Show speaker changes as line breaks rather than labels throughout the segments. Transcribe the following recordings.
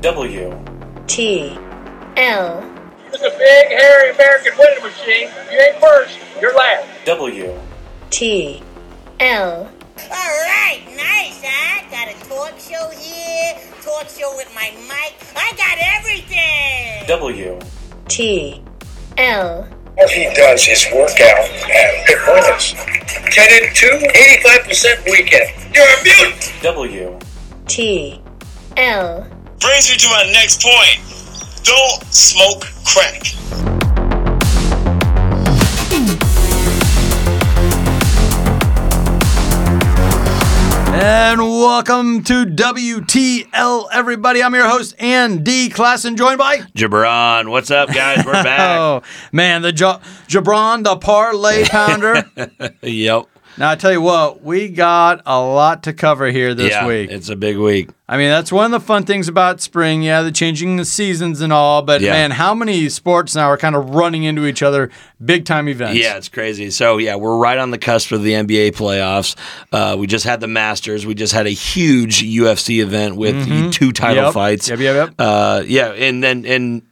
W.
T. L.
It's a big, hairy American winning machine. If you ain't first, you're last.
W.
T. L.
All right, nice, huh? Got a talk show here, talk show with my mic. I got everything.
W.
T. E. L.
What he does is work out at performance. 10 and 2, 85% weekend. You're a mutant!
W.
T. L.
brings me to my next point. Don't smoke crack.
And welcome to WTL, everybody. I'm your host, Andy Klassen, joined by.
Jabron, what's up, guys? We're back.
Oh, man, the jo- Jabron, the parlay pounder.
Yep.
now, I tell you what, we got a lot to cover here this
yeah,
week.
it's a big week.
I mean, that's one of the fun things about spring. Yeah, the changing the seasons and all. But,
Yeah.
man, how many sports now are kind of running into each other big time events?
Yeah, it's crazy. So yeah, we're right on the cusp of the NBA playoffs. Uh, we just had the Masters. We just had a huge UFC event with two title
Mm-hmm. Yep.
fights.
Yep, yep, yep.
Uh, yeah, and then and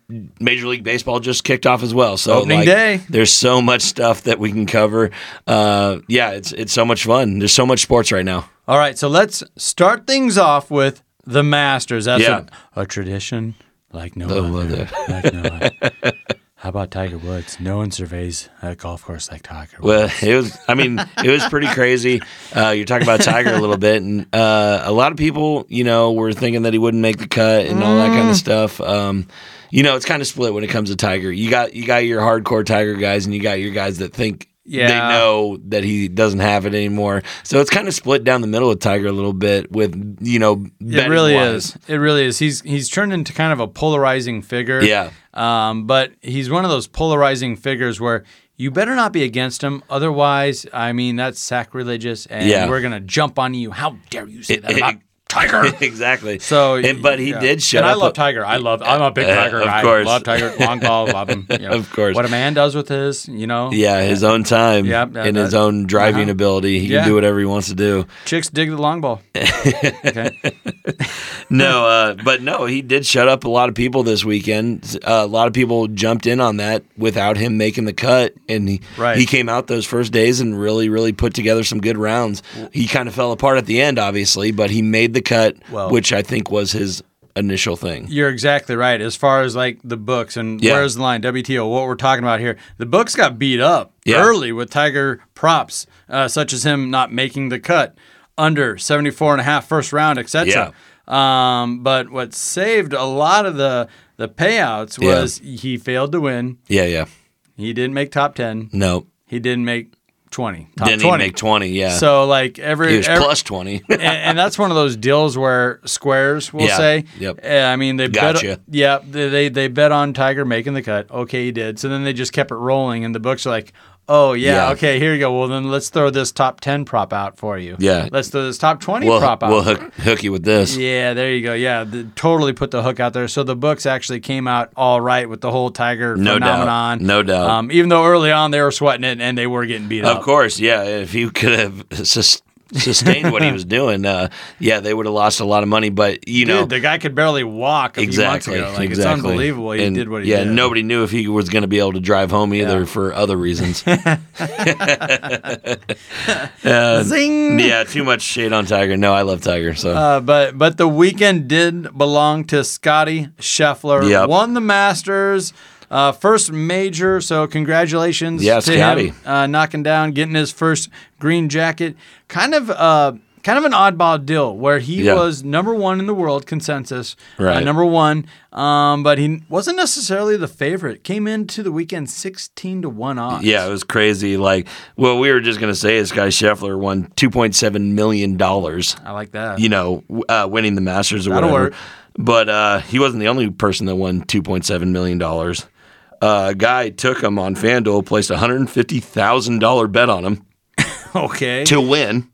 Major League Baseball just kicked off as well. So
Opening
like,
day.
there's so much stuff that we can cover. Uh, yeah, it's it's so much fun. There's so much sports right now.
All right, so let's start things off with the Masters. That's
Yeah. Oh,
a, a tradition like no
The
other.
weather.
Like no other. How about Tiger Woods? No one surveys a golf course like Tiger. Woods.
Well, it was. I mean, it was pretty crazy. Uh, you're talking about Tiger a little bit, and uh, a lot of people, you know, were thinking that he wouldn't make the cut and all that kind
Mm.
of stuff. Um, you know, it's kind of split when it comes to Tiger. You got you got your hardcore Tiger guys, and you got your guys that think they
Yeah.
know that he doesn't have it anymore. So it's kind of split down the middle with Tiger a little bit. With you know,
it really is. It really is. He's he's turned into kind of a polarizing figure.
Yeah.
Um, but he's one of those polarizing figures where you better not be against him, otherwise, I mean, that's sacrilegious, and
Yeah.
we're gonna jump on you. How dare you say that
it-
about Tiger?
exactly.
So,
and, but he
yeah.
did show
And I
up.
love Tiger. I love. I'm a big
Uh,
Tiger.
of
guy.
course.
love Tiger. Long ball. Love him. you know.
Of course.
What a man does with his, you know.
Yeah, his own time
Yep, yeah,
and his
that-
own driving
uh-huh.
ability. He
Yeah.
can do whatever he wants to do.
Chicks dig the long ball. Okay.
No, uh, but no, he did shut up a lot of people this weekend. Uh, a lot of people jumped in on that without him making the cut, and he
Right.
he came out those first days and really, really put together some good rounds. He kind of fell apart at the end, obviously, but he made the cut,
Well-
which I think was his initial thing.
You're exactly right. As far as like the books and
Yeah.
where's the line, WTO, what we're talking about here, the books got beat up
Yeah.
early with Tiger props, uh, such as him not making the cut under 74 and a half first round, etc. Um, but what saved a lot of the the payouts
Yeah.
was he failed to win.
Yeah, yeah.
He didn't make top 10.
No,
He didn't make 20. Top
didn't
20.
even make twenty. Yeah,
So like every,
he was
every-
plus twenty.
and, and that's one of those deals where squares will
Yeah,
say,
yep.
eh, I mean they
Gotcha.
bet yeah, they, they they bet on Tiger making the cut. Okay, he did. So then they just kept it rolling and the books are like, "Oh yeah,
Yeah.
okay, here you go. Well, then let's throw this top 10 prop out for you."
Yeah.
Let's throw this top 20
we'll
prop out.
we'll hook, hook you with this.
Yeah, there you go. Yeah, the, totally put the hook out there. So the books actually came out all right with the whole Tiger
No doubt.
phenomenon.
No doubt.
Um, even though early on they were sweating it and they were getting beat up.
Of course, yeah. If you could have sus- sustained what he was doing, uh, yeah, they would have lost a lot of money. But you
Dude,
know,
the guy could barely walk a
exactly,
few months ago. Like
exactly.
it's unbelievable. He
And,
did what he
yeah,
did.
nobody knew if he was going to be able to drive home either for other reasons.
Uh, Zing.
yeah, too much shade on Tiger. No, I love Tiger. So
Uh, but but the weekend did belong to Scotty Scheffler.
Yep.
Won the Masters. Uh, first major, so congratulations
Yeah,
to
Scotty.
him uh, knocking down, getting his first green jacket. Kind of uh, kind of an oddball deal where he
Yeah.
was number one in the world consensus, uh,
Right.
number one, um, but he wasn't necessarily the favorite. Came into the weekend sixteen to one odds.
Yeah, it was crazy. Like, well, we were just gonna say this guy Scheffler won two point seven million dollars.
I like that.
You know, w- uh, winning the Masters or
That'll
whatever.
work.
But uh, he wasn't the only person that won two point seven million dollars. Uh, a guy took him on FanDuel, placed a hundred and fifty thousand dollar bet on him
Okay.
to win.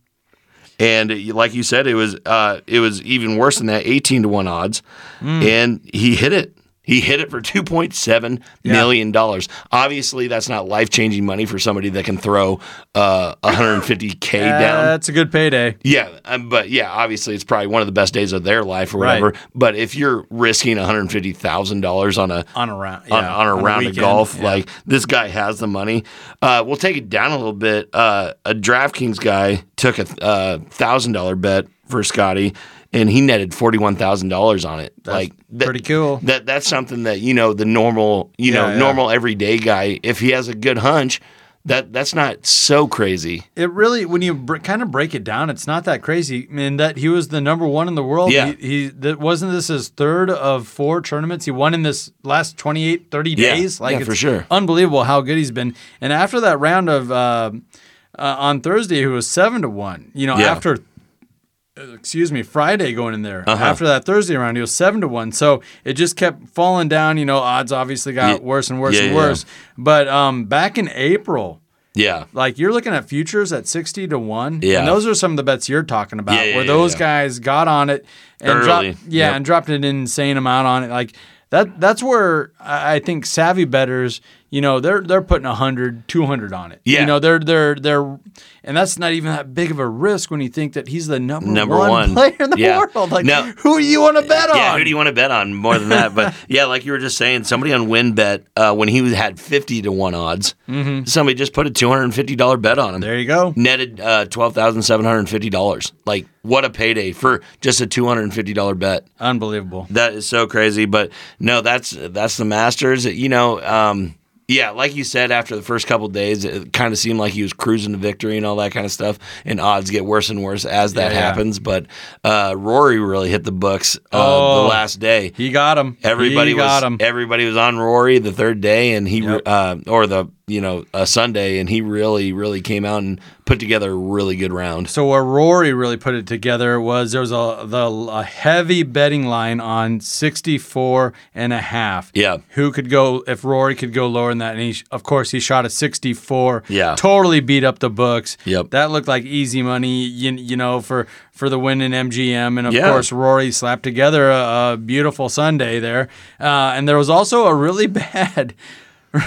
And uh, like you said, it was uh, it was even worse than that, eighteen to one odds,
Hmm.
and he hit it. He hit it for two point seven
Yeah.
million dollars. Obviously, that's not life changing money for somebody that can throw uh, one hundred and fifty k down.
That's a good payday.
Yeah, um, but yeah, obviously, it's probably one of the best days of their life or
Right.
whatever. But if you're risking one hundred fifty thousand dollars on a
On a round,
on,
yeah,
on a
on a
round of
weekend,
golf.
yeah.
Like this guy has the money. Uh, we'll take it down a little bit. Uh, a DraftKings guy took a uh, thousand dollar bet for Scotty, and he netted forty one thousand dollars on it. like that-
pretty cool.
That that's something that you know the normal you
Yeah,
know
yeah.
normal everyday guy. If he has a good hunch, that that's not so crazy.
It really, when you br- kind of break it down, it's not that crazy. I mean, that he was the number one in the world.
Yeah.
He, he that wasn't this his third of four tournaments. He won in this last 28, 30
Yeah.
days. Like
Yeah,
it's
for sure.
unbelievable how good he's been. And after that round of uh, uh, on Thursday, who was seven to one. You know,
Yeah.
after uh, excuse me, Friday going in there.
Uh-huh.
After that Thursday round, he was seven to one. So it just kept falling down. You know, odds obviously got
Ye-
worse and worse
yeah,
and
yeah,
worse. But um, back in April
Yeah,
like you're looking at futures at 60 to 1
Yeah.
and those are some of the bets you're talking about
Yeah, yeah,
where
yeah,
those
yeah.
guys got on it and
Early.
dropped yeah
Yep.
and dropped an insane amount on it like that that's where i I think savvy betters you know they're they're putting 100 200 on it
Yeah.
you know they're they're they're and that's not even that big of a risk when you think that he's the number,
Number
one,
one.
player in the
Yeah.
world like
No.
who do you want to bet
Yeah,
on
who do you want to bet on more than that? But yeah, like you were just saying, somebody on WinBet uh, when he had fifty to one odds, somebody just put a two hundred and fifty dollar bet on
Mm-hmm.
him.
there you go
Netted uh, twelve thousand seven hundred and fifty dollars. Like what a payday for just a two hundred and fifty dollar bet.
unbelievable
That is so crazy. But no, that's that's the Masters. You know, um, yeah, like you said, after the first couple of days, it kind of seemed like he was cruising to victory and all that kind of stuff. And odds get worse and worse as that
Yeah, yeah.
happens. But uh, Rory really hit the books uh,
Oh.
the last day.
he got him
Everybody
he got
was
him
everybody was on Rory the third day, and he
Yep.
uh, or the you know uh, Sunday, and he really really came out and put together a really good round.
So where Rory really put it together was there was a the a heavy betting line on 64 and a half.
Yeah.
Who could go if Rory could go lower than that and he of course he shot a 64.
Yeah.
Totally beat up the books.
Yep.
That looked like easy money you, you know for for the win in MGM and of
Yeah.
course Rory slapped together a, a beautiful Sunday there. Uh, and there was also a really bad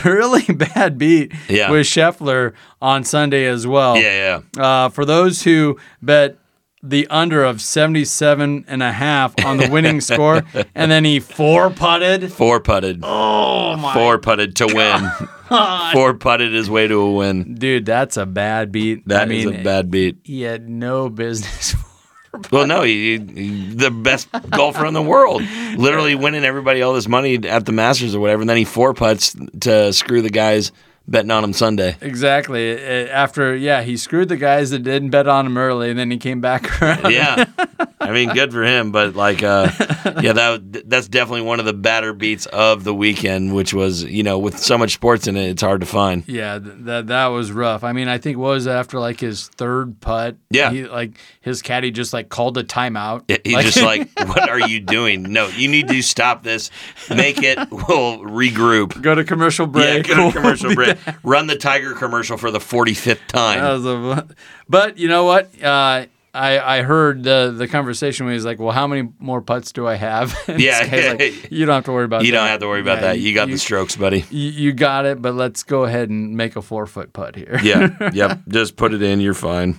really bad beat
Yeah.
with Scheffler on Sunday as well
Yeah, yeah,
uh, for those who bet the under of 77 and a half on the winning score and then he four putted
four putted. Oh my! Four putted to win. four putted his way to a win.
dude that's a bad beat
That
I
is
mean,
a bad beat.
he had no business
Well, no, he, he- the best golfer in the world, literally winning everybody all this money at the Masters or whatever, and then he four putts to screw the guys betting on him Sunday.
exactly Uh, after yeah he screwed the guys that didn't bet on him early and then he came back around
yeah i mean good for him but like uh yeah that that's definitely one of the badder beats of the weekend which was you know with so much sports in it it's hard to find
Yeah, th- that that was rough. I mean, I think what was it, after like his third putt.
Yeah.
he, like his caddy just like called a timeout.
He- he's just like what are you doing no you need to stop this make it we'll regroup
go to commercial
yeah
break.
go to
We'll
commercial
be
break run the tiger commercial for the 45th time
That was a- but you know what? Uh, I, I heard the the conversation when he was like, "Well, how many more putts do I have?" And this
Yeah.
guy's like, you don't have to worry about.
you
that.
don't have to worry about
Yeah,
that you got
you,
the strokes buddy
You, you got it, but let's go ahead and make a four foot putt here.
yeah yep just put it in you're fine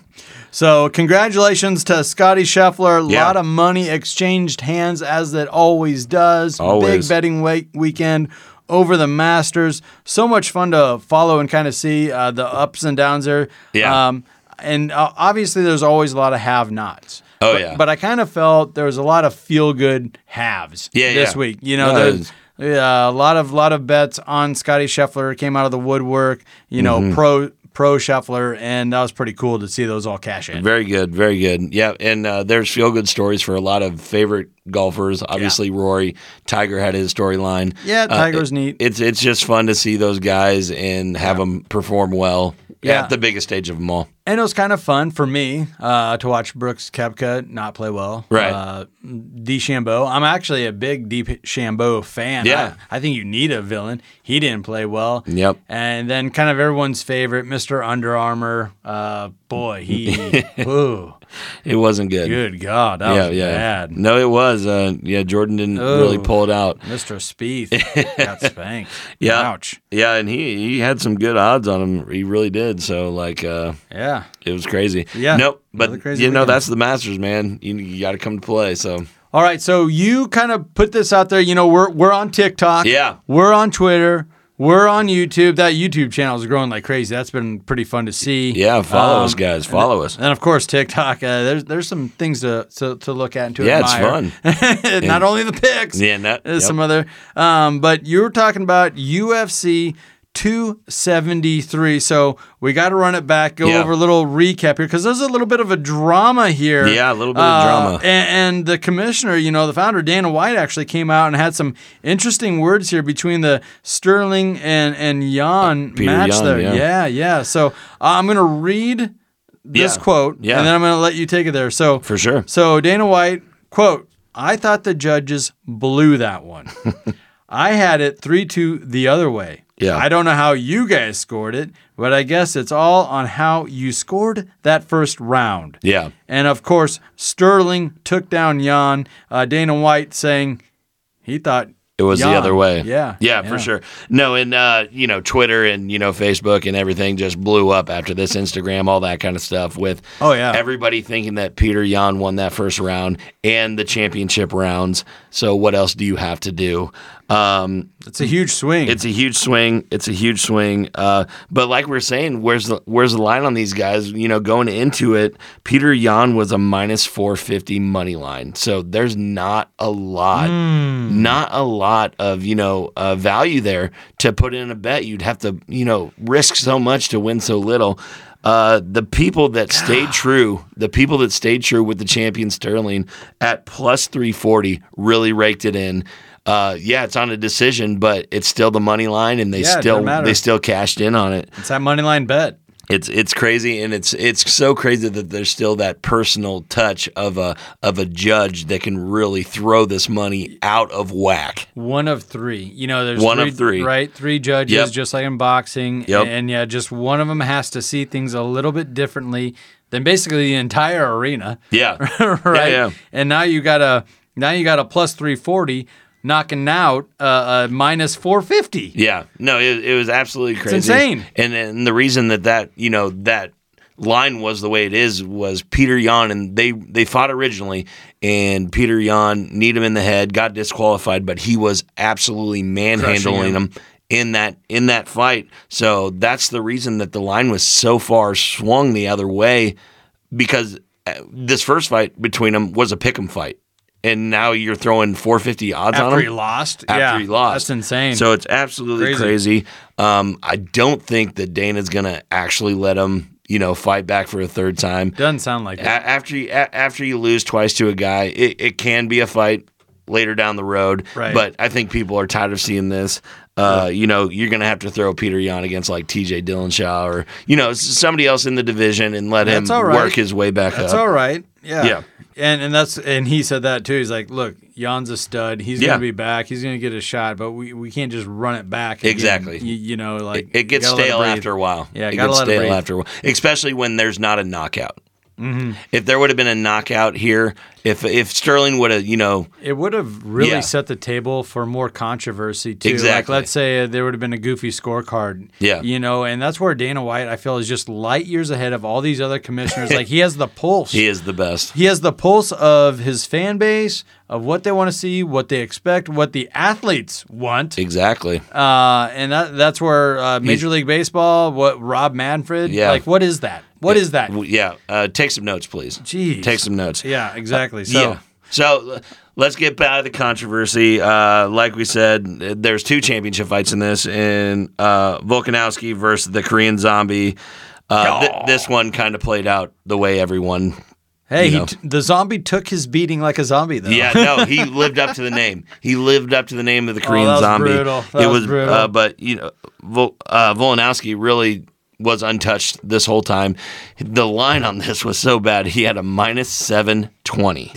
So congratulations to Scotty Scheffler. A
Yeah.
lot of money exchanged hands as it always does.
Always.
Big betting week- weekend over the Masters. So much fun to follow and kind of see uh, the ups and downs there.
Yeah.
Um, and uh, obviously, there's always a lot of have-nots.
Oh,
but,
yeah.
But I kind of felt there was a lot of feel-good haves
Yeah,
this
yeah.
week. You know,
No,
there's
it's- Mm-hmm.
yeah, a lot of lot of bets on Scotty Scheffler came out of the woodwork. You know, pro Pro Shuffler, and that was pretty cool to see those all cash in.
Very good, very good. Yeah, and uh, there's feel good stories for a lot of favorite golfers. Obviously, Rory Tiger had his storyline.
Yeah,
Uh,
Tiger's
it-
neat.
It's it's just fun to see those guys and have them perform well
Yeah.
at the biggest stage of them all.
and it was kind of fun for me uh, to watch Brooks Kepka not play well.
Right.
Uh, DeChambeau. I'm actually a big DeChambeau fan.
Yeah.
I, I think you need a villain. He didn't play well.
Yep.
And then kind of everyone's favorite, Mr. Under Armour. Uh, boy, he, ooh,
It wasn't good.
good God, that
Yeah,
was
yeah.
bad.
No, it was. Uh, yeah, Jordan didn't really
Oh.
pull it out.
Mr. Spieth got spanked.
Yeah.
Ouch.
Yeah, and he he had some good odds on him. He really did. So like, uh,
Yeah.
it was crazy.
Yeah.
Nope.
Another
But
crazy
you know
weekend.
that's the Masters, man. You, you got to come to play. So
All right, so you kind of put this out there. You know, we're we're on TikTok.
Yeah.
we're on Twitter. We're on YouTube. That YouTube channel is growing like crazy. That's been pretty fun to see.
yeah, follow
Um,
us, guys. Follow us.
And of course, TikTok. Uh, there's there's some things to to, to look at and to
Yeah, it's
admire. it's fun. Not only the pics.
Yeah, and that-
there's
yep.
some other. Um, but you were talking about UFC 273. So we got to run it back. Go
Yeah.
over a little recap here because there's a little bit of a drama here. Uh,
Yeah, a little bit of drama.
And, and the commissioner, you know, the founder Dana White actually came out and had some interesting words here between the Sterling and and Jan
Uh, Peter
match
Yan,
there.
yeah.
Yeah, yeah. So uh, I'm going to read this
Yeah.
quote,
Yeah.
and then I'm going to let you take it there. So
For sure.
So Dana White quote: "I thought the judges blew that one. I had it three two the other way.
Yeah.
I don't know how you guys scored it, but I guess it's all on how you scored that first round.
Yeah.
And of course, Sterling took down Jan. Uh, Dana White saying he thought
It was
Jan.
the other way.
Yeah,
Yeah, for sure. No, and uh, you know, Twitter and you know, Facebook and everything just blew up after this Instagram, all that kind of stuff with
Oh, yeah.
everybody thinking that Peter Yan won that first round and the championship rounds. So what else do you have to do? Um,
It's a huge swing.
It's a huge swing. It's a huge swing. Uh, but like we are saying, where's the where's the line on these guys? You know, going into it, Peter Yan was a minus four fifty money line. So there's not a lot,
Mm-hmm.
not a lot of you know uh, value there to put in a bet. You'd have to you know risk so much to win so little. Uh, the people that stayed true, the people that stayed true with the champion Sterling at plus 340 really raked it in. Uh, yeah, it's on a decision, but it's still the money line, and they
Yeah, it
still
doesn't matter.
they still cashed in on it.
it's that money line bet.
It's it's crazy, and it's it's so crazy that there's still that personal touch of a of a judge that can really throw this money out of whack.
One of three. You know, there's
One of three.
right? Three judges,
Yep.
just like in boxing.
Yep.
And yeah, just one of them has to see things a little bit differently than basically the entire arena.
Yeah,
right.
yeah.
And now you got a now you got a plus three forty knocking out uh, a minus four fifty.
Yeah, no, it, it was absolutely crazy.
insane.
And and the reason that that you know that line was the way it is was Peter Yan and they they fought originally, and Peter Yan kneed him in the head, got disqualified, but he was absolutely manhandling
Crushing him.
him. in that in that fight. So that's the reason that the line was so far swung the other way because uh, this first fight between them was a pick'em fight. And now you're throwing 450 odds on him
After he lost.
after
yeah,
he lost.
That's insane.
So it's absolutely
Crazy.
crazy. Um, I don't think that Dana's going to actually let him, you know, fight back for a third time.
doesn't sound like
A-
that.
after you, a- after you lose twice to a guy, it, it can be a fight later down the road.
Right.
But I think people are tired of seeing this. Uh, you know, you're going to have to throw Peter Yan against like T.J. Dillonshaw or you know s- somebody else in the division and let him
That's all right.
work his way back
That's
up.
all right. Yeah.
Yeah.
And and that's and he said that too. He's like, look, Jan's a stud. He's
Yeah.
gonna be back. He's gonna get a shot, but we, we can't just run it back. again.
Exactly.
You, you know, like
It gets
gotta let
stale
breathe.
after a while.
Yeah,
it
gotta
gets
let it
stale
breathe. Mm-hmm.
after a while, especially when there's not a knockout. If there would have been a knockout here, if if Sterling would have, you know,
It would have really
Yeah.
set the table for more controversy too.
Exactly.
Like let's say uh, there would have been a goofy scorecard.
Yeah.
You know, and that's where Dana White I feel is just light years ahead of all these other commissioners. like he has the pulse.
he is the best.
He has the pulse of his fan base, of what they want to see, what they expect, what the athletes want.
Exactly.
Uh, and that that's where uh, Major
He's-
League Baseball, what Rob Manfred,
Yeah.
like what is that? What is that?
W- Yeah. Uh, take some notes, please.
Jeez.
Take some notes.
Yeah, exactly. So
yeah. So l- let's get out of the controversy. Uh, like we said, there's two championship fights in this, in uh, Volkanovski versus the Korean Zombie. Uh, th- this one kind of played out the way everyone.
Hey,
you
he
know.
t- the zombie took his beating like a zombie, though.
Yeah, no, he lived up to the name. He lived up to the name of the Korean
Oh, that was
Zombie.
brutal. That
it
was
was,
brutal.
Uh, but you know, Vol- uh, Volkanovski really was untouched this whole time. The line on this was so bad. He had a minus seven twenty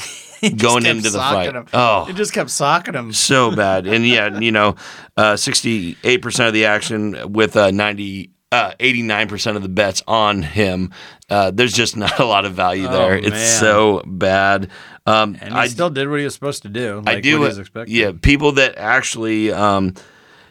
going into the fight. Oh,
He just kept socking him.
so bad. And yeah, you know, uh, sixty-eight percent of the action with uh, ninety. Uh, 89% of the bets on him. Uh, there's just not a lot of value there. it's
Oh, man.
so bad. Um,
And he still did what he was supposed to do. Like
I do.
What he was expected.
Yeah, people that actually, um,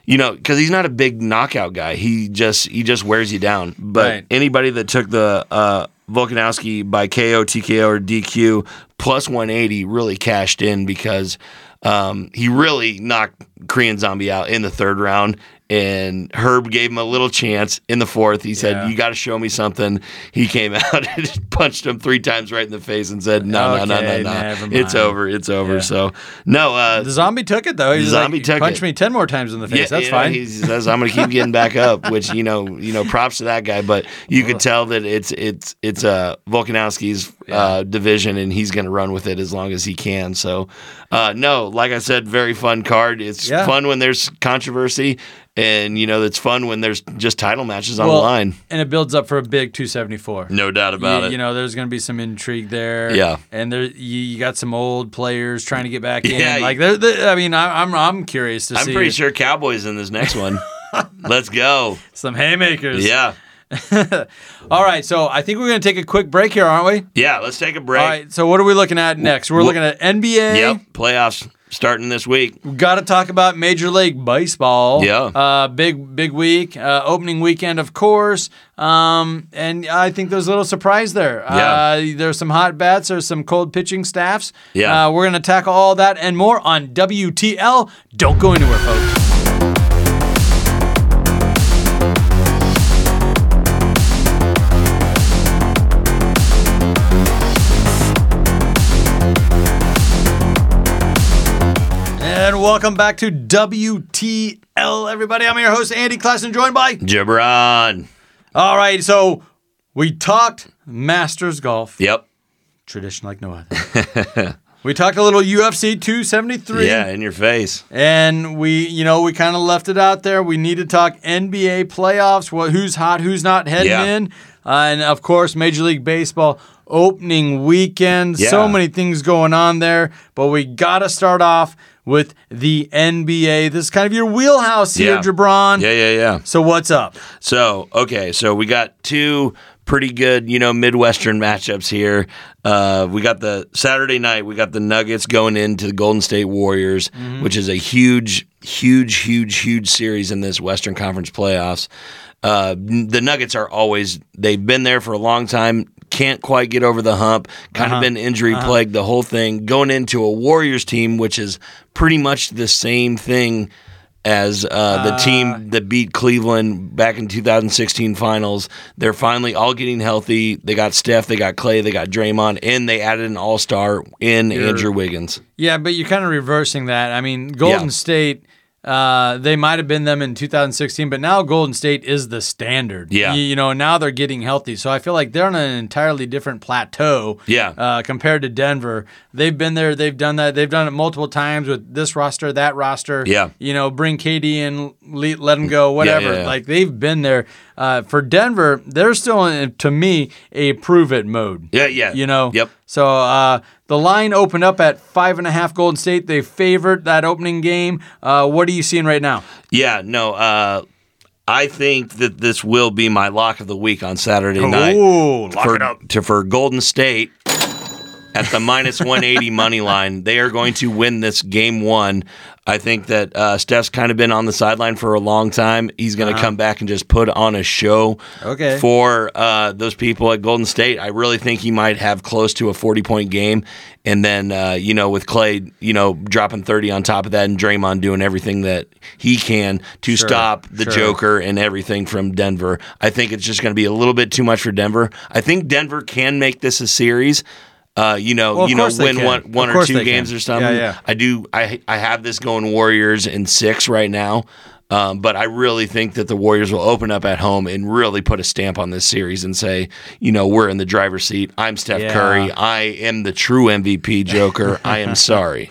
you know, because he's not a big knockout guy. He just he just wears you down. But
Right.
anybody that took the uh, Volkanovski by KO, TKO, or DQ plus one eighty really cashed in because um, he really knocked Korean Zombie out in the third round. And Herb gave him a little chance in the fourth. He said,
Yeah.
"You got to show me something." He came out and just punched him three times right in the face and said, "No, no, no,
Okay,
no, no,
never
it's
mind.
over, it's over."
Yeah.
So no, uh,
The zombie took it though. He's
The
like,
zombie took
punch
it.
me ten more times in the face. That's
you know,
fine.
He says I'm going to keep getting back up, which you know, you know, props to that guy. But you could tell that it's it's it's uh, Volkanovski's uh, division, and he's going to run with it as long as he can. So, uh, no, like I said, very fun card. It's
Yeah.
fun when there's controversy, and you know, it's fun when there's just title matches on
Well,
the line.
and it builds up for a big 274.
No doubt about
you,
it.
you know, there's going to be some intrigue there.
Yeah.
and there you, you got some old players trying to get back
Yeah,
in. Like, there there- I mean, I, I'm I'm curious to
I'm
see
pretty sure Cowboys in this next one. Let's go.
some haymakers.
Yeah.
All right, so I think we're going to take a quick break here, aren't we?
Yeah, let's take a break.
All right. So what are we looking at next? We're
Wh-
looking at NBA.
Yep, playoffs starting this week.
Got to talk about Major League Baseball.
Yeah.
Uh, big big week. Uh, opening weekend, of course. Um, and I think there's a little surprise there. Uh,
Yeah.
there's some hot bats. There's some cold pitching staffs.
Yeah.
Uh, we're gonna tackle all that and more on WTL. Don't go anywhere, folks. And welcome back to WTL, everybody. I'm your host Andy Klassen, joined by.
Gibran.
All right, so we talked Masters golf.
Yep.
tradition like no other. we talked a little UFC 273.
Yeah, in your face.
And we, you know, we kind of left it out there. We need to talk NBA playoffs, what, who's hot, who's not heading
Yeah.
in. Uh, and of course, Major League Baseball opening weekend. So
Yeah.
many things going on there. But we got to start off with the NBA. This is kind of your wheelhouse here,
Yeah.
Jabron.
Yeah, yeah, yeah.
So what's up?
So, okay, so we got two pretty good, you know, Midwestern matchups here. Uh, we got the Saturday night, we got the Nuggets going into the Golden State Warriors, which is a huge, huge, huge, huge series in this Western Conference playoffs. Uh, n- the Nuggets are always, they've been there for a long time. Can't quite get over the hump. Kind of been injury plagued, the whole thing. Going into a Warriors team, which is pretty much the same thing as uh,
Ah.
the team that beat Cleveland back in 2016 finals. They're finally all getting healthy. They got Steph, they got Clay, they got Draymond, and they added an all star in Andrew Wiggins.
Yeah, but you're kind of reversing that. I mean, Golden
Yeah.
State, uh, they might have been them in 2016, but now Golden State is the standard.
Yeah.
You, you know, and now they're getting healthy. So I feel like they're on an entirely different plateau
Yeah.
uh, compared to Denver. They've been there, they've done that. They've done it multiple times with this roster, that roster.
Yeah.
You know, bring KD in, le- let him go, whatever.
yeah.
Like they've been there. Uh, for Denver, they're still, in, to me, a prove it mode.
Yeah, yeah.
You know?
Yep.
So uh, the line opened up at five and a half Golden State. They favored that opening game. Uh, what are you seeing right now?
Yeah, no. Uh, I think that this will be my lock of the week on Saturday night.
lock
for, To, for Golden State at the minus 180 money line. They are going to win this game one. I think that uh, Steph's kind of been on the sideline for a long time. He's going to come back and just put on a show
Uh-huh. Okay.
for uh, those people at Golden State. I really think he might have close to a 40 point game. And then, uh, you know, with Clay, you know, dropping 30 on top of that and Draymond doing everything that he can to stop
sure.
the Joker. Joker and everything from Denver. I think it's just going to be a little bit too much for Denver. I think Denver can make this a series. Uh, you know,
Well, of
you know,
course they
win
can.
one one
Of
or
course they
two
can.
games or something.
Yeah, yeah.
I do. I I have this going Warriors in six right now. Um, but I really think that the Warriors will open up at home and really put a stamp on this series and say, you know, we're in the driver's seat. I'm Steph
Yeah.
Curry. I am the true MVP Joker. I am sorry.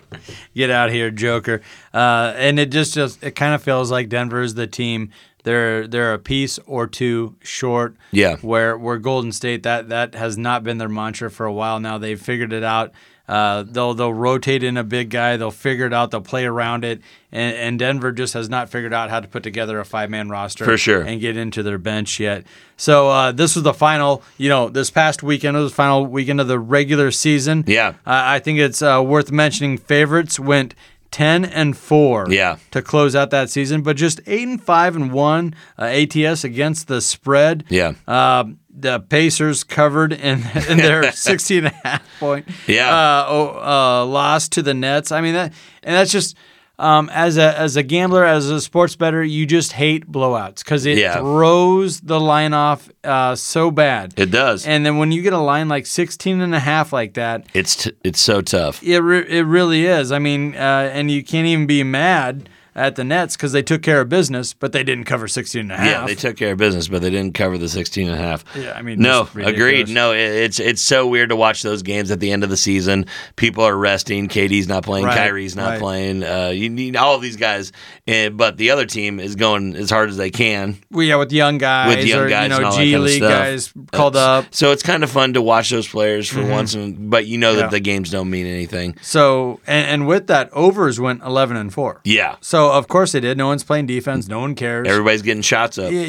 Get out here, Joker. Uh, and it just, just it kind of feels like Denver's the team. They're they're a piece or two short.
Yeah.
Where where Golden State that that has not been their mantra for a while now. They've figured it out. Uh, they'll they'll rotate in a big guy. They'll figure it out. They'll play around it. And, and Denver just has not figured out how to put together a five man roster
For sure.
and get into their bench yet. So uh, this was the final. You know, this past weekend was the final weekend of the regular season.
Yeah.
I I think it's uh, worth mentioning. Favorites went ten and four.
Yeah.
To close out that season, but just eight and five and one uh, ATS against the spread.
Yeah.
Uh, the Pacers covered in, in their 16 and a half point
Yeah.
uh, oh, uh, loss to the Nets. I mean that, and that's just um, as a as a gambler, as a sports bettor, you just hate blowouts because it
Yeah.
throws the line off uh, so bad.
It does.
And then when you get a line like 16 and a half like that,
It's t- it's so tough.
it re- it really is. I mean, uh, and you can't even be mad at the Nets because they took care of business, but they didn't cover 16 and a half.
Yeah, they took care of business, but they didn't cover the 16 and a half.
Yeah, I mean,
no,
it's ridiculous.
agreed. No, it- it's it's so weird to watch those games at the end of the season. People are resting. KD's not playing.
Right,
Kyrie's not
right.
playing. Uh, you need all of these guys, and, but the other team is going as hard as they can
Well, yeah, with young guys,
with young
or,
guys
you know,
and all
G
that kind of
League
stuff.
guys called
It's-
up.
So it's kind of fun to watch those players for once, and, but you know
Mm-hmm. Yeah.
that the games don't mean anything.
So and, and with that, overs went eleven and four.
Yeah,
So of course they did. No one's playing defense. No one cares.
everybody's getting shots up.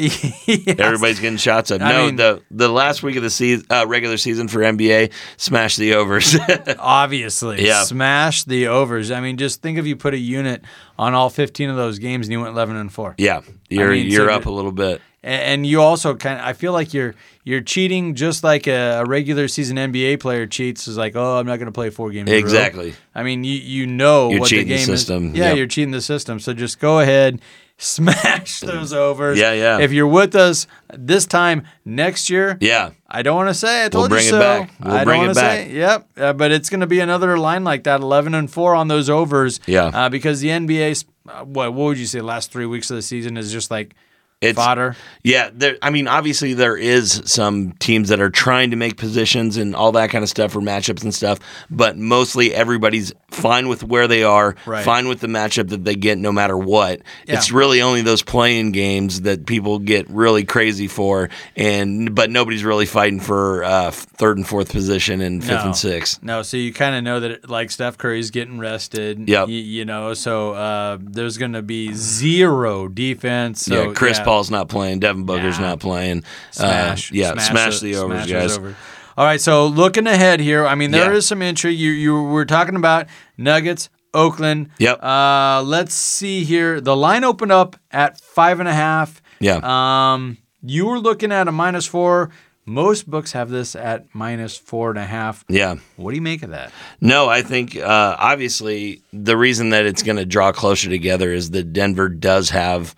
Yes.
Everybody's getting shots up.
I
no,
mean-
the the last week of the season, uh, regular season for NBA, smash the overs.
obviously
Yeah.
smash the overs. I mean, just think if you put a unit on all fifteen of those games and you went eleven and four.
yeah, you're
mean,
you're
so
up
the-
a little bit.
A- and you also kind of I feel like you're you're cheating just like a, a regular season NBA player cheats is like oh I'm not going to play four games in a row."
Exactly.
I mean you you know
You're
what
cheating the
the game
system.
is yeah
Yep.
you're cheating the system so just go ahead smash those overs
Yeah, yeah.
if you're with us this time next year
Yeah,
I don't want to say I
We'll
told
bring
you
it
so
back. We'll
I
bring
don't
it
wanna
back.
say yep uh, but it's going to be another line like that 11 and 4 on those overs
Yeah.
uh, because the NBA 's- uh, what what would you say last 3 weeks of the season is just like
it's
fodder
yeah. There, I mean, obviously there is some teams that are trying to make positions and all that kind of stuff for matchups and stuff, but mostly everybody's fine with where they are,
Right.
fine with the matchup that they get, no matter what.
Yeah.
It's really only those playing games that people get really crazy for, and but nobody's really fighting for uh, third and fourth position and fifth
No.
and sixth.
No, so you kind of know that like Steph Curry's getting rested.
Yep.
y- you know, so uh, there's going to be zero defense. So,
yeah, Chris Paul's not playing. Devin Booker's not playing. Uh,
Smash,
yeah, smash,
tho-
the overs,
smash
guys.
those overs. All right, so looking ahead here, I mean there is
Yeah.
some intrigue. You you were talking about Nuggets, Oakland.
Yep.
Uh, let's see here. The line opened up at five and a half.
Yeah.
Um, you were looking at a minus four. Most books have this at minus four and a half.
yeah.
What do you make of that?
No, I think uh, obviously the reason that it's going to draw closer together is that Denver does have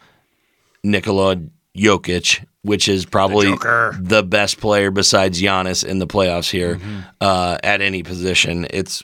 Nikola Jokic, which is probably the, best player besides Giannis in the playoffs here
Mm-hmm.
uh, at any position. It's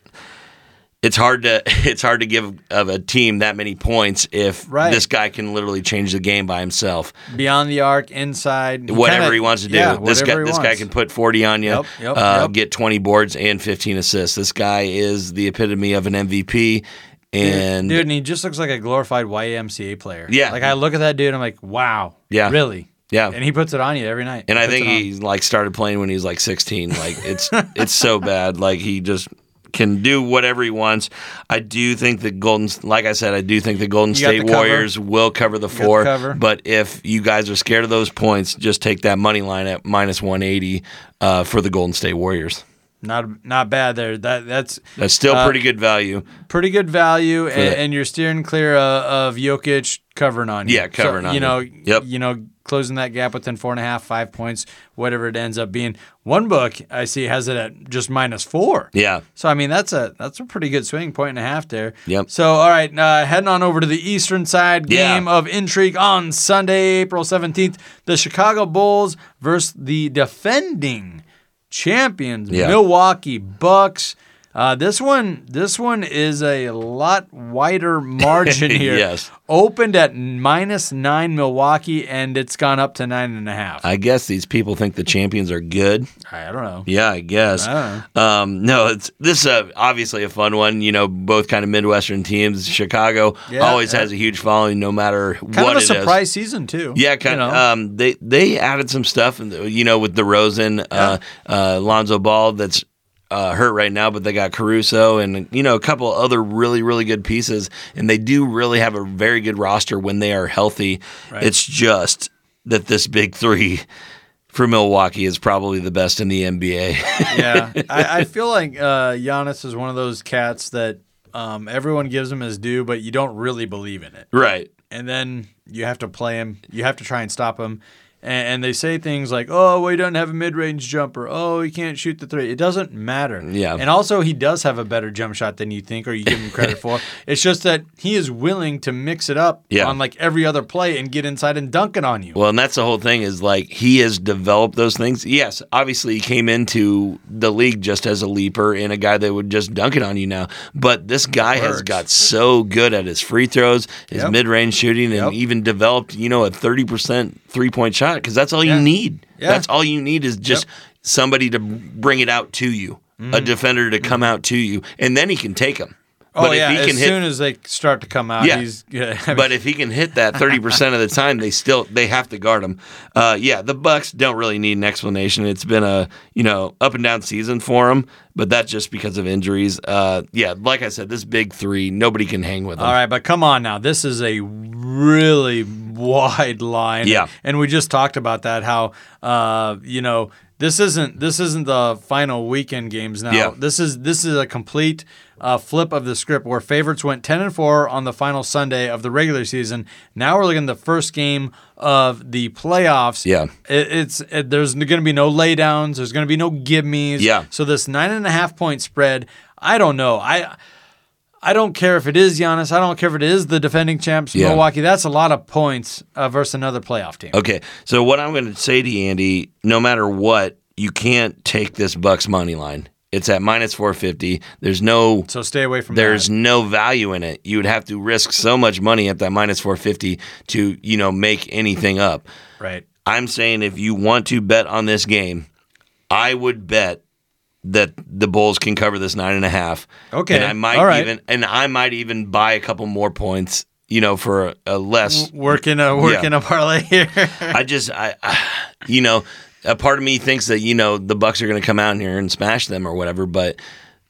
it's hard to it's hard to give of a team that many points if
Right.
this guy can literally change the game by himself
beyond the arc, inside,
whatever
kinda-
he wants to do.
yeah,
this guy,
whatever he
this guy
wants.
can put forty on you,
Yep, yep,
uh,
yep.
get twenty boards and fifteen assists. This guy is the epitome of an MVP. And
dude, and he just looks like a glorified YMCA player.
Yeah.
like I look at that dude, I'm like, wow,
Yeah.
really,
Yeah.
and he puts it on you every night.
and I
Puts
think
it on.
he like started playing when he was like sixteen. Like it's it's so bad. Like he just can do whatever he wants. I do think the Golden, like I said, I do think the Golden
You got the
State
cover.
Warriors will cover the
the
four.
cover.
But if you guys are scared of those points, just take that money line at minus one eighty uh, for the Golden State Warriors.
not not bad there. That that's
That's still
Uh,
pretty good value.
pretty good value, and,
that.
and you're steering clear uh, of Jokic covering on you.
Yeah, covering
so,
on
you know,
you. Yep.
you know, closing that gap within four and a half, five points, whatever it ends up being. One book I see has it at just minus four.
Yeah.
So I mean that's a that's a pretty good swing point and a half there.
Yep.
So all right, uh, heading on over to the eastern side
Yeah.
game of intrigue on Sunday, April seventeenth, the Chicago Bulls versus the defending champions,
Yeah.
Milwaukee Bucks. Uh, this one, this one is a lot wider margin here.
Yes.
opened at minus nine Milwaukee, and it's gone up to nine and a half. I,
I guess these people think the champions are good.
don't know.
Yeah, I guess.
I
Um, no, it's this is uh, obviously a fun one. You know, both kind of Midwestern teams. Chicago
Yeah,
always
yeah.
has a huge following, no matter
Kind
what
of a
it is.
surprise season too.
Yeah, kind
you
of.
know?
Um, they they added some stuff, and you know, with DeRozan, uh, uh, Lonzo Ball, that's uh, hurt right now, but they got Caruso and you know a couple other really really good pieces, and they do really have a very good roster when they are healthy. It's just that this big three for Milwaukee is probably the best in the NBA.
yeah, I, I feel like uh, Giannis is one of those cats that um, everyone gives him his due, but you don't really believe in it.
right.
And then you have to play him. You have to try and stop him. And, and they say things like, "Oh, well, he doesn't have a mid-range jumper. Oh, he can't shoot the three. It doesn't matter.
Yeah.
And also, he does have a better jump shot than you think, or you give him credit for. It's just that he is willing to mix it up
Yeah.
on like every other play and get inside and dunk it on you.
Well, and that's the whole thing is like he has developed those things. Yes, obviously he came into the league just as a leaper and a guy that would just dunk it on you now. But this guy has
Works.
got so good at his free throws, his
Yep.
mid range shooting,
Yep.
and even developed, you know, a 30% three point shot because that's all
Yeah.
you need.
Yeah.
That's all you need is just somebody to bring it out to you, a defender to come out to you, and then he can take them.
Mm-hmm. oh yeah. as soon as they start to come out,
Yeah.
he's yeah, I mean,
but if he can hit that 30% of the time they still they have to guard him uh, yeah the bucks don't really need an explanation it's been a you know up and down season for them but that's just because of injuries uh, yeah like i said this big three nobody can hang with them
All right, but come on now. This is a really wide line.
Yeah.
And we just talked about that how uh, you know, this isn't this isn't the final weekend games now.
Yeah.
This is this is a complete uh, flip of the script where favorites went 10 and 4 on the final Sunday of the regular season. Now we're looking at the first game of the playoffs.
Yeah.
It, it's it, there's going to be no laydowns. There's going to be no gimmes.
Yeah.
So this nine and a half point spread, I don't know. I I don't care if it is Giannis. I don't care if it is the defending champs
Yeah.
Milwaukee. That's a lot of points uh, versus another playoff team.
okay so what i'm going to say to you andy no matter what you can't take this bucks money line it's at minus 450 there's no
So stay away from
there's
that.
no value in it. You would have to risk so much money at that minus 450 to, you know, make anything up.
right.
I'm saying if you want to bet on this game, I would bet that the Bulls can cover this nine and a half.
Okay.
And I might
All right.
even and I might even buy a couple more points, you know, for a, a
Mm.
less.
Working a working a parlay here.
I just I, I you know, a part of me thinks that, you know, the Bucks are gonna come out here and smash them or whatever, but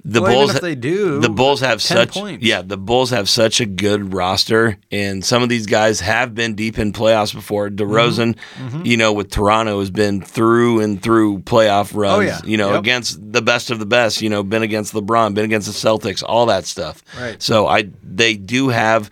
the
Well, even
Bulls
if they do,
the Bulls
10
have such
points.
yeah the Bulls have such a good roster and some of these guys have been deep in playoffs before
Mm-hmm.
DeRozan you know with Toronto has been through and through playoff runs
Oh, yeah.
you know
Yep.
against the best of the best you know been against LeBron been against the Celtics all that stuff
Right.
so I they do have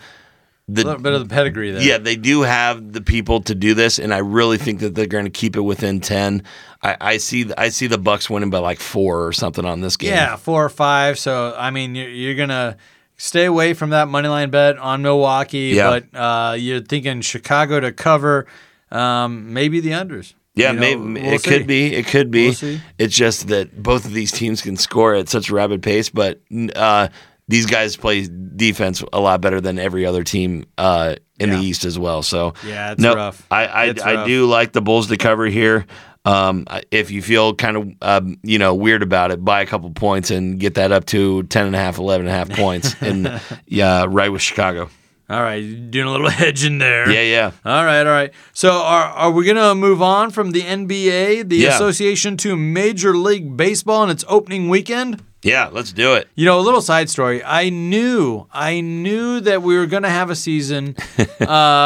a little
the
bit of the pedigree there.
yeah, they do have the people to do this, and I really think that they're going to keep it within ten. I, I see, I see the Bucks winning by like four or something on this game.
Yeah, four or five. So I mean, you're, you're gonna stay away from that money line bet on Milwaukee.
Yeah.
But uh, you're thinking Chicago to cover, um, maybe the unders.
Yeah,
You know,
maybe
we'll
it could
see.
be. It could be.
We'll see.
it's just that both of these teams can score at such rapid pace, but uh, these guys play defense a lot better than every other team uh, in the
Yeah.
East as well. So
Yeah, it's
no,
rough.
I I,
It's
I
rough.
do like the Bulls to cover here. Um, I- if you feel kind of um, you know weird about it, buy a couple points and get that up to 10 and a half, 11 and a half points, and yeah, right with Chicago.
All right, you're doing a little hedge in there.
Yeah, yeah.
All right, all right. So are are we gonna move on from the NBA, the
Yeah.
association to Major League Baseball and its opening weekend?
Yeah, let's do it.
You know, a little side story. I knew, I knew that we were going to have a season uh,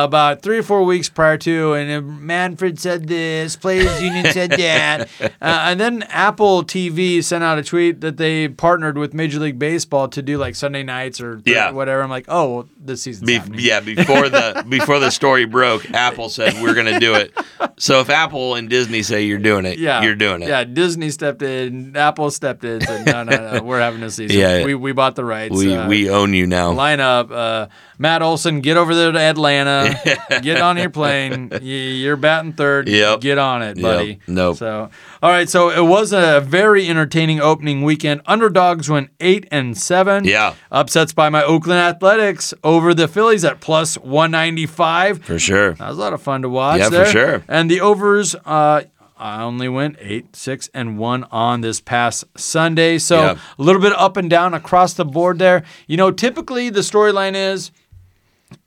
about three or four weeks prior to, and uh, Manfred said this, Players Union said that, uh, and then Apple TV sent out a tweet that they partnered with Major League Baseball to do like Sunday nights or th-
Yeah.
whatever. I'm like, oh, well, this season's
Be-
happening.
yeah, before the before the story broke, Apple said we're going to do it. So if Apple and Disney say you're doing it,
Yeah,
you're doing it.
Yeah, Disney stepped in, Apple stepped in, said no, no, no, no, we're having a season.
Yeah.
we we bought the rights.
We
uh,
we own you now.
line up. Uh, Matt Olson, get over there to Atlanta. get on your plane. Y- You're batting third.
Yep.
Get on it,
Yep.
buddy.
Nope.
So, all right. So it was a very entertaining opening weekend. Underdogs went eight and seven.
Yeah.
Upsets by my Oakland Athletics over the Phillies at plus one ninety five.
For sure.
That was a lot of fun to watch.
Yeah, for
there.
sure.
And the overs, uh, I only went eight, six, and one on this past Sunday. So
Yeah.
a little bit up and down across the board there. You know, typically the storyline is.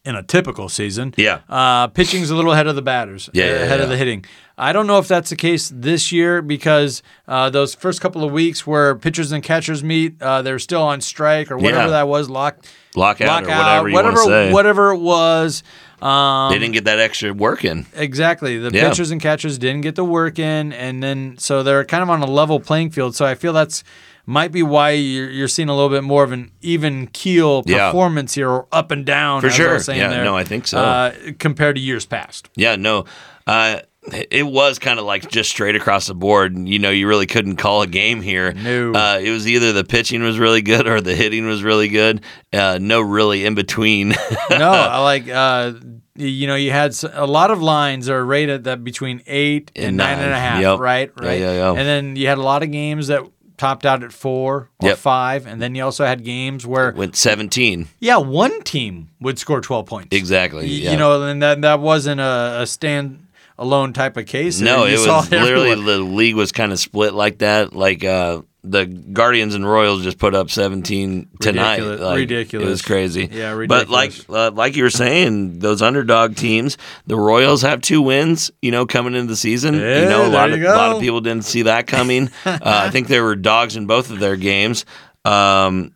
In a typical season,
Yeah.
uh, pitching's a little ahead of the batters,
Yeah, yeah,
ahead of
yeah.
the hitting. I don't know if that's the case this year because uh, those first couple of weeks where pitchers and catchers meet, uh, they're still on strike or whatever
Yeah.
that was, locked,
Lockout, or whatever you
whatever,
want to say.
whatever it was. Um,
they didn't get that extra work in.
Exactly. The
Yeah.
pitchers and catchers didn't get the work in, and then so they're kind of on a level playing field. So I feel that's might be why you're, you're seeing a little bit more of an even keel
Yeah.
performance here, or up and down.
For
as I
sure.
was saying
Yeah,
there,
no, I think so.
Uh, compared to years past.
Yeah, no. Uh, it was kind of like just straight across the board. You know, you really couldn't call a game here.
No.
Uh, it was either the pitching was really good or the hitting was really good. Uh, no, really in between.
No, I like uh, you know you had s- a lot of lines are rated that between eight and,
And
nine and a
nine.
half,
Yep.
right?
Yeah,
Right.
yeah, yeah.
And then you had a lot of games that topped out at four or
Yep.
five, and then you also had games where
Went 17.
Yeah, one team would score 12 points.
Exactly.
Y-
yeah.
You know, and that, that wasn't a, a stand alone type of case.
No,
You
it
saw
was literally
everyone.
the league was kind of split like that. Like uh, the Guardians and Royals just put up 17 tonight.
Ridiculous-
Like, It
ridiculous.
was crazy.
Yeah,
But like
ridiculous.
uh, like you were saying, those underdog teams, the Royals have two wins. You know, coming into the season.
Yeah,
you know, a
there
lot
you
of a lot
go.
of people didn't see that coming. uh, I think there were dogs in both of their games. Um,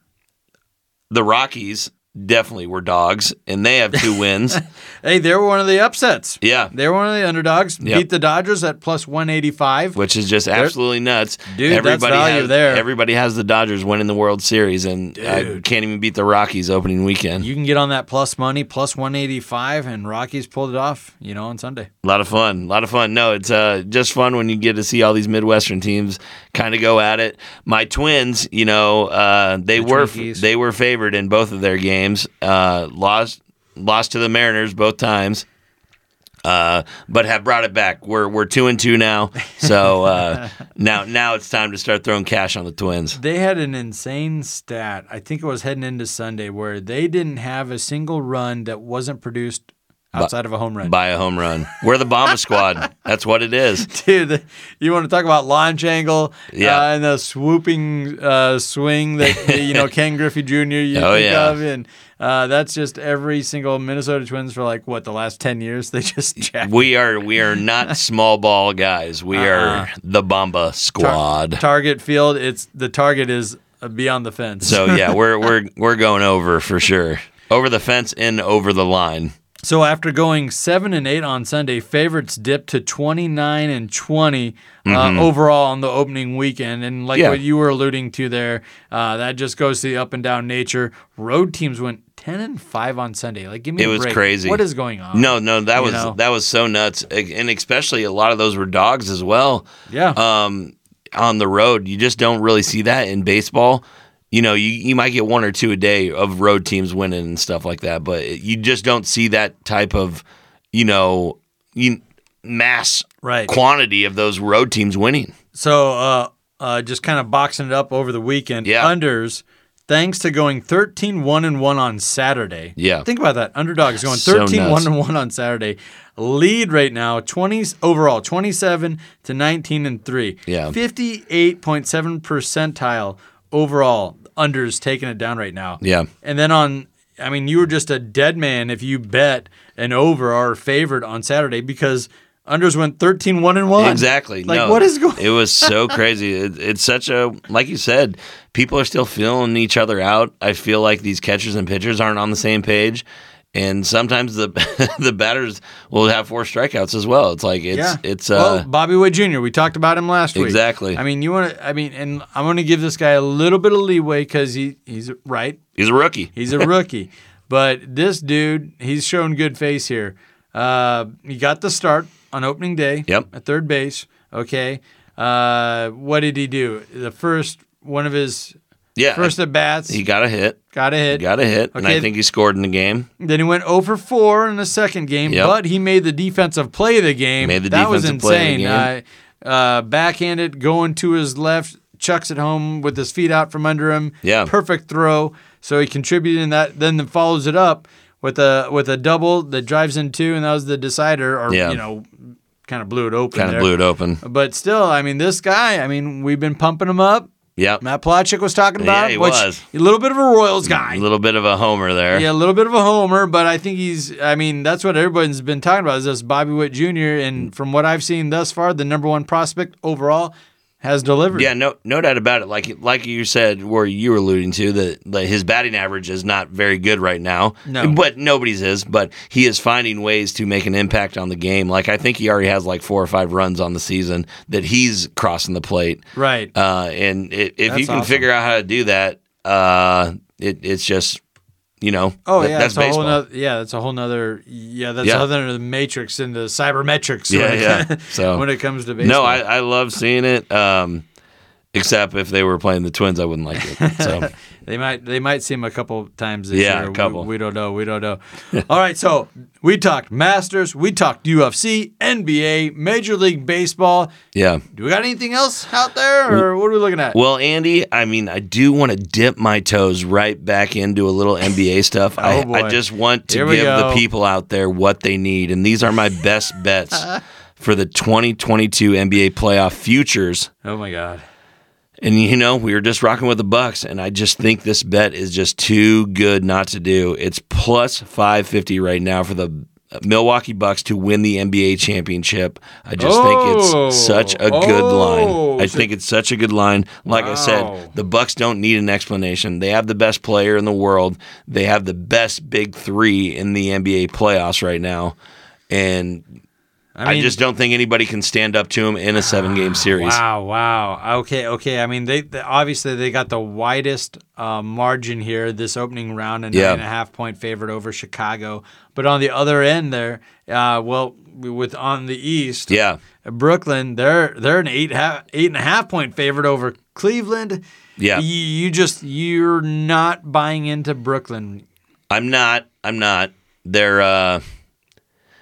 the Rockies definitely were dogs, and they have two wins.
Hey, they were one of the upsets.
Yeah.
They were one of the underdogs.
Yep.
Beat the Dodgers at plus 185.
which is just absolutely nuts.
Dude, that's value
has,
there.
Everybody has the Dodgers winning the World Series, and I can't even beat the Rockies opening weekend.
You can get on that plus money, plus 185, and Rockies pulled it off, you know, on Sunday.
a lot of fun, a lot of fun. No, it's uh, just fun when you get to see all these Midwestern teams kind of go at it. My Twins, you know, uh, they
The
were
Twinkies.
they were favored in both of their games. Uh, lost lost to the Mariners both times. Uh, but have brought it back. We're we're two and two now. So uh, now now it's time to start throwing cash on the Twins.
They had an insane stat. I think it was heading into Sunday where they didn't have a single run that wasn't produced outside of a home run.
by a home run. We're the Bomber Squad. That's what it is.
dude. You want to talk about launch angle,
Yeah.
uh, and the swooping uh, swing that you know Ken Griffey Jr. You
Oh,
think
yeah.
of, and uh, that's just every single Minnesota Twins for like what the last ten years. They just jack
We are we are not small ball guys. We
Uh-uh.
are the Bomba Squad.
target field. It's the target is uh, beyond the fence.
so yeah, we're we're we're going over for sure. Over the fence and over the line.
So after going seven and eight on Sunday, favorites dipped to twenty nine and 20 uh, overall on the opening weekend, and like
Mm-hmm. Yeah.
what you were alluding to there, uh, that just goes to the up and down nature. Road teams went ten and five on Sunday. Like, give me
It
a
was
break.
crazy.
What is going on?
No, no, that
You
was
know.
that was so nuts. And especially a lot of those were dogs as well.
yeah,
um, on the road. You just don't really see that in baseball. You know, you, you might get one or two a day of road teams winning and stuff like that, but it- you just don't see that type of, you know, you, mass
Right.
quantity of those road teams winning.
So, uh, uh, just kind of boxing it up over the weekend.
Yeah.
Unders, thanks to going 13 1 and 1 on Saturday.
Yeah.
Think about that. Underdogs going
So
13 1
nuts.
and 1 on Saturday. Lead right now, 20s overall, 27 to 19 and 3.
Yeah.
58.7 percentile overall. Unders taking it down right now.
Yeah.
And then on, I mean, you were just a dead man if you bet an over or favored on Saturday because unders went 13 1 and 1.
Exactly.
Like,
no,
what is going
It was so crazy. It, it's such a like you said, people are still feeling each other out. I feel like these catchers and pitchers aren't on the same page. And sometimes the the batters will have four strikeouts as well. It's like it's it's uh
well, Bobby Wood Jr. We talked about him last week.
Exactly.
I mean, you want to. I mean, and I'm going to give this guy a little bit of leeway because he he's right.
he's a rookie.
He's a rookie, but this dude, he's shown good face here. Uh, he got the start on opening day.
Yep.
At third base. Okay. Uh, what did he do? The first one of his
Yeah,
First at bats,
he got a hit.
got a hit.
Got a hit, and I
Okay.
think he scored in the game.
Then he went 0 for 4 in the second game,
Yep.
but he made the defensive play of the game.
Made the
that was
defensive play of
insane. Uh,
the
uh, backhanded, going to his left, chucks it home with his feet out from under him.
Yeah.
Perfect throw. So he contributed in that, then the- follows it up with a with a double that drives in two, and that was the decider, or,
Yeah.
you know, kind of blew it open.
Kind of blew it open.
But still, I mean, this guy, I mean, we've been pumping him up.
Yep,
Matt Plotchick was talking about
Yeah,
him,
he
which
was.
a little bit of a Royals guy.
a little bit of a homer there.
Yeah, a little bit of a homer, but I think he's. I mean, that's what everybody's been talking about is this Bobby Witt Jr.
Mm.
And from what I've seen thus far, the number one prospect overall has delivered.
Yeah, no, no doubt about it. Like, like you said, where you were alluding to that, that his batting average is not very good right now.
No.
but nobody's is. But he is finding ways to make an impact on the game. Like, I think he already has like four or five runs on the season that he's crossing the plate.
right.
Uh, and it, if you
That's
can
awesome.
figure out how to do that, uh, it, it's just, you know,
oh
that-
yeah, that's,
that's
a
baseball.
whole nother, Yeah, that's a whole nother. Yeah, that's
Yeah.
other the matrix and the cybermetrics.
Yeah,
when it-
yeah. So-
when it comes to baseball,
no, I, I love seeing it. Um, except if they were playing the Twins, I wouldn't like it. So.
They might they might see him a couple times this
Yeah,
year.
a couple.
We, we don't know. We don't know. All right, so we talked Masters, we talked UFC, NBA, Major League Baseball.
Yeah.
Do we got anything else out there, or what are we looking at?
Well, Andy, I mean, I do want to dip my toes right back into a little NBA stuff. I,
Oh, boy.
I just want to
Here we
give the
go.
people out there what they need. And these are my best bets for the 2022 NBA playoff futures.
oh my God.
And you know, we were just rocking with the Bucks, and I just think this bet is just too good not to do. It's plus five fifty right now for the uh, Milwaukee Bucks to win the NBA championship. I just think
Oh.
it's such a good
Oh.
line. I think it's such a good line. Like I
Wow.
said, the Bucks don't need an explanation. They have the best player in the world. They have the best big three in the NBA playoffs right now, and I,
mean- Ah,
just don't think anybody can stand up to him in a seven game series.
Wow, wow. Okay, okay. I mean, they, they obviously they got the widest uh, margin here this opening round, and
Yeah.
nine and a half point favorite over Chicago. But on the other end, there, uh, well, with on the East,
Yeah.
Brooklyn, they're they're an eight half eight and a half point favorite over Cleveland.
Yeah.
you, you just you're not buying into Brooklyn.
I'm not. I'm not. They're uh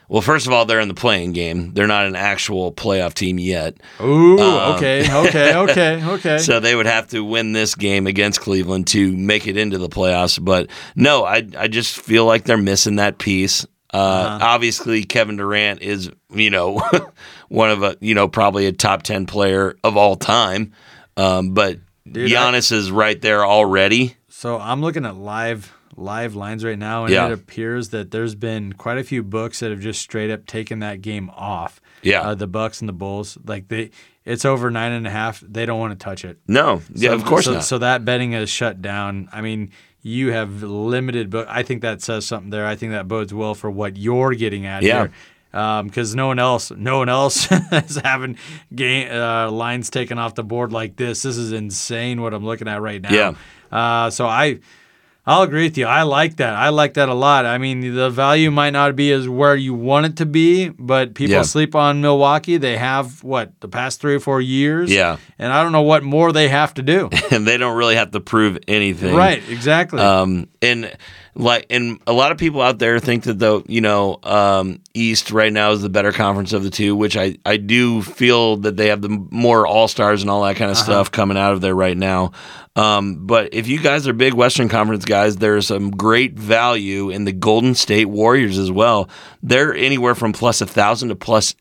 well, first of all, they're in the playing game. They're not an actual playoff team yet.
Ooh,
Um.
okay, okay, okay, okay.
So they would have to win this game against Cleveland to make it into the playoffs. But no, I I just feel like they're missing that piece. Uh,
Uh-huh.
obviously Kevin Durant is, you know, one of a you know, probably a top ten player of all time. Um, but
Dude, I-
Giannis is right there already.
So I'm looking at live live lines right now, and
Yeah.
it appears that there's been quite a few books that have just straight up taken that game off.
Yeah.
uh, the Bucks and the Bulls, like they, it's over nine and a half. They don't want to touch it.
No. yeah,
So-
of course
so,
not.
So that betting is shut down. I mean, you have limited book. I think that says something there. I think that bodes well for what you're getting at
Yeah.
here. Because no one else, no one else is having game uh, lines taken off the board like this. This is insane what I'm looking at right now.
Yeah.
Uh, so I, I'll agree with you. I like that. I like that a lot. I mean, the value might not be as where you want it to be, but people
Yeah.
sleep on Milwaukee. They have what the past three or four years.
Yeah.
and I don't know what more they have to do.
and they don't really have to prove anything.
right? Exactly.
Um, and like, and a lot of people out there think that the you know um, East right now is the better conference of the two, which I I do feel that they have the more all stars and all that kind of stuff coming out of there right now. Um, but if you guys are big Western Conference guys, there's some great value in the Golden State Warriors as well. They're anywhere from plus a thousand to plus.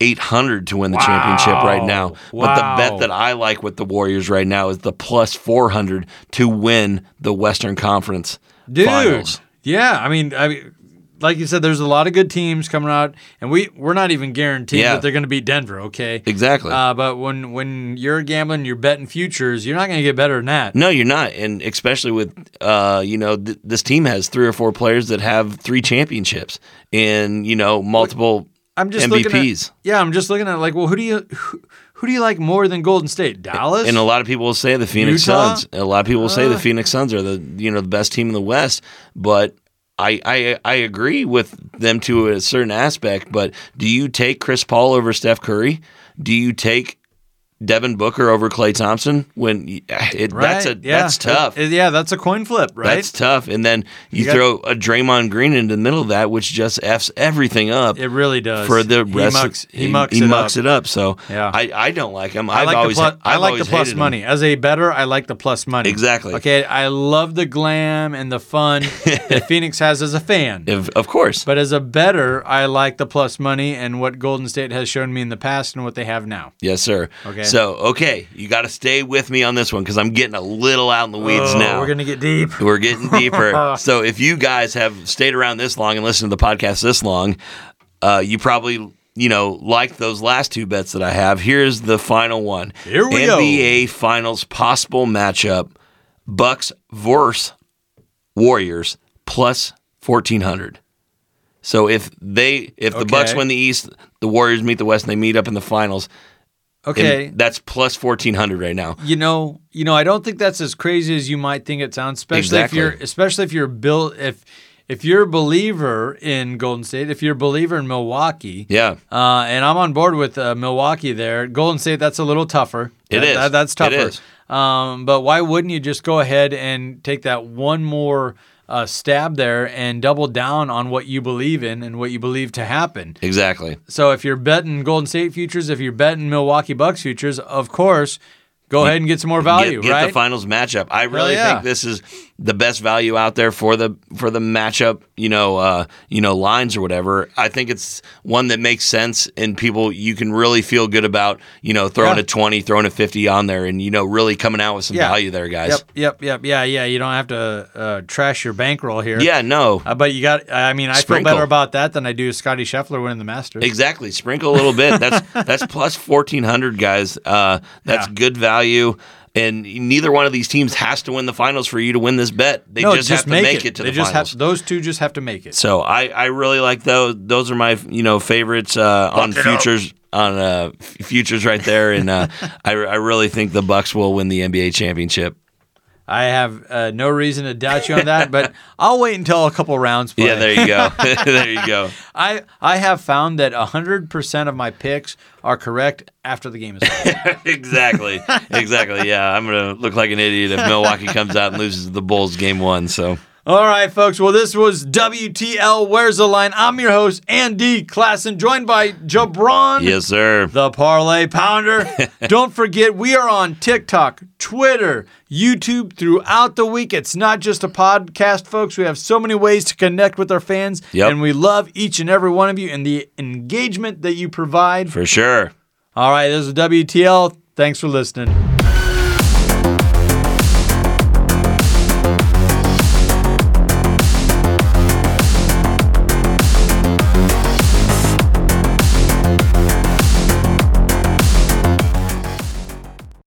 800 to win the championship right now. But the bet
Wow.
that I like with the Warriors right now is the plus 400 to win the Western Conference
Dude,
Finals.
yeah. I mean, I mean, like you said, there's a lot of good teams coming out, and we we're not even guaranteed
Yeah.
that they're going to beat Denver. Okay.
Exactly.
Uh, but when when you're gambling, you're betting futures. You're not going to get better than that.
no, you're not, and especially with uh, you know th- this team has three or four players that have three championships and you know multiple
I'm just looking
MVPs.
at yeah. I'm just looking at like, well, who do you who, who do you like more than Golden State? Dallas.
And a lot of people will say the Phoenix
Utah? Ah.
Suns. A lot of people will say the Phoenix Suns are the you know the best team in the West, but. I, I I agree with them to a certain aspect, but do you take Chris Paul over Steph Curry? Do you take Devin Booker over Clay Thompson when you- it, that's a
Right, yeah.
that's tough.
It- yeah, that's a coin flip, right?
That's tough. And then you,
You got-
throw a Draymond Green into the middle of that, which just f's everything up.
it really does.
for the
he
rest,
mucks,
of,
he mucks,
he
it,
mucks
up.
it up. So
Yeah.
I, I don't like him.
I
I've
like
always
the plus.
I've
I like the
always
plus
hated him.
money as a better. I like the plus money.
Exactly.
Okay, I love the glam and the fun that Phoenix has as a fan.
If- of course.
But as a better, I like the plus money and what Golden State has shown me in the past and what they have now.
Yes, sir.
Okay.
So okay, you got to stay with me on this one because I'm getting a little out in the weeds
Oh,
now.
We're gonna get deep.
We're getting deeper. so if you guys have stayed around this long and listened to the podcast this long, uh, you probably you know liked those last two bets that I have. Here's the final one.
Here we
NBA
go.
NBA Finals possible matchup: Bucks versus Warriors plus fourteen hundred. So if they if the Bucks
Okay.
win the East, the Warriors meet the West, and they meet up in the finals. and
Okay.
that's plus fourteen hundred right now.
you know, you know, I don't think that's as crazy as you might think it sounds, especially
Exactly.
if you're especially if you're built if if you're a believer in Golden State, if you're a believer in Milwaukee,
Yeah.
uh, and I'm on board with uh, Milwaukee there. Golden State, that's a little tougher.
It
It is.
is.
that's
It
tougher.
is.
Um, but why wouldn't you just go ahead and take that one more uh, stab there and double down on what you believe in and what you believe to happen?
Exactly.
So if you're betting Golden State futures, if you're betting Milwaukee Bucks futures, of course, go ahead and get some more value,
Get, get
right?
the finals matchup. I really
yeah.
think this is the best value out there for the for the matchup. You know, uh, you know lines or whatever. I think it's one that makes sense and people you can really feel good about. You know, throwing
Yeah.
a twenty, throwing a fifty on there, and you know, really coming out with some
Yeah.
value there, guys.
Yep, yep, yep. Yeah, yeah. You don't have to uh, trash your bankroll here.
Yeah, no,
Uh, but you got, I mean, I
Sprinkle.
feel better about that than I do Scotty Scheffler winning the Masters.
Exactly. Sprinkle a little bit. That's that's plus fourteen hundred, guys. Uh, that's
Yeah.
good value. And neither one of these teams has to win the finals for you to win this bet. They
no,
just, have to make, it. to
they
the
just
finals.
Have, those two just have to make it.
so I, I really like those. Those are my you know favorites uh,
Lock
on
it up.
futures on uh, f- futures right there. And uh, I I really think the Bucks will win the NBA championship.
I have uh, no reason to doubt you on that, but I'll wait until a couple rounds. Play.
Yeah, there you go. there you go.
I I have found that hundred percent of my picks are correct after the game is over.
exactly. Exactly. Yeah, I'm gonna look like an idiot if Milwaukee comes out and loses to the Bulls game one. So.
All right, folks. Well, this was WTL. Where's the line? I'm your host, Andy Klassen, joined by Jabron.
Yes, sir.
the parlay pounder. Don't forget, we are on TikTok, Twitter, YouTube throughout the week. It's not just a podcast, folks. We have so many ways to connect with our fans,
Yep.
and we love each and every one of you and the engagement that you provide.
For sure.
All right, this is WTL. Thanks for listening.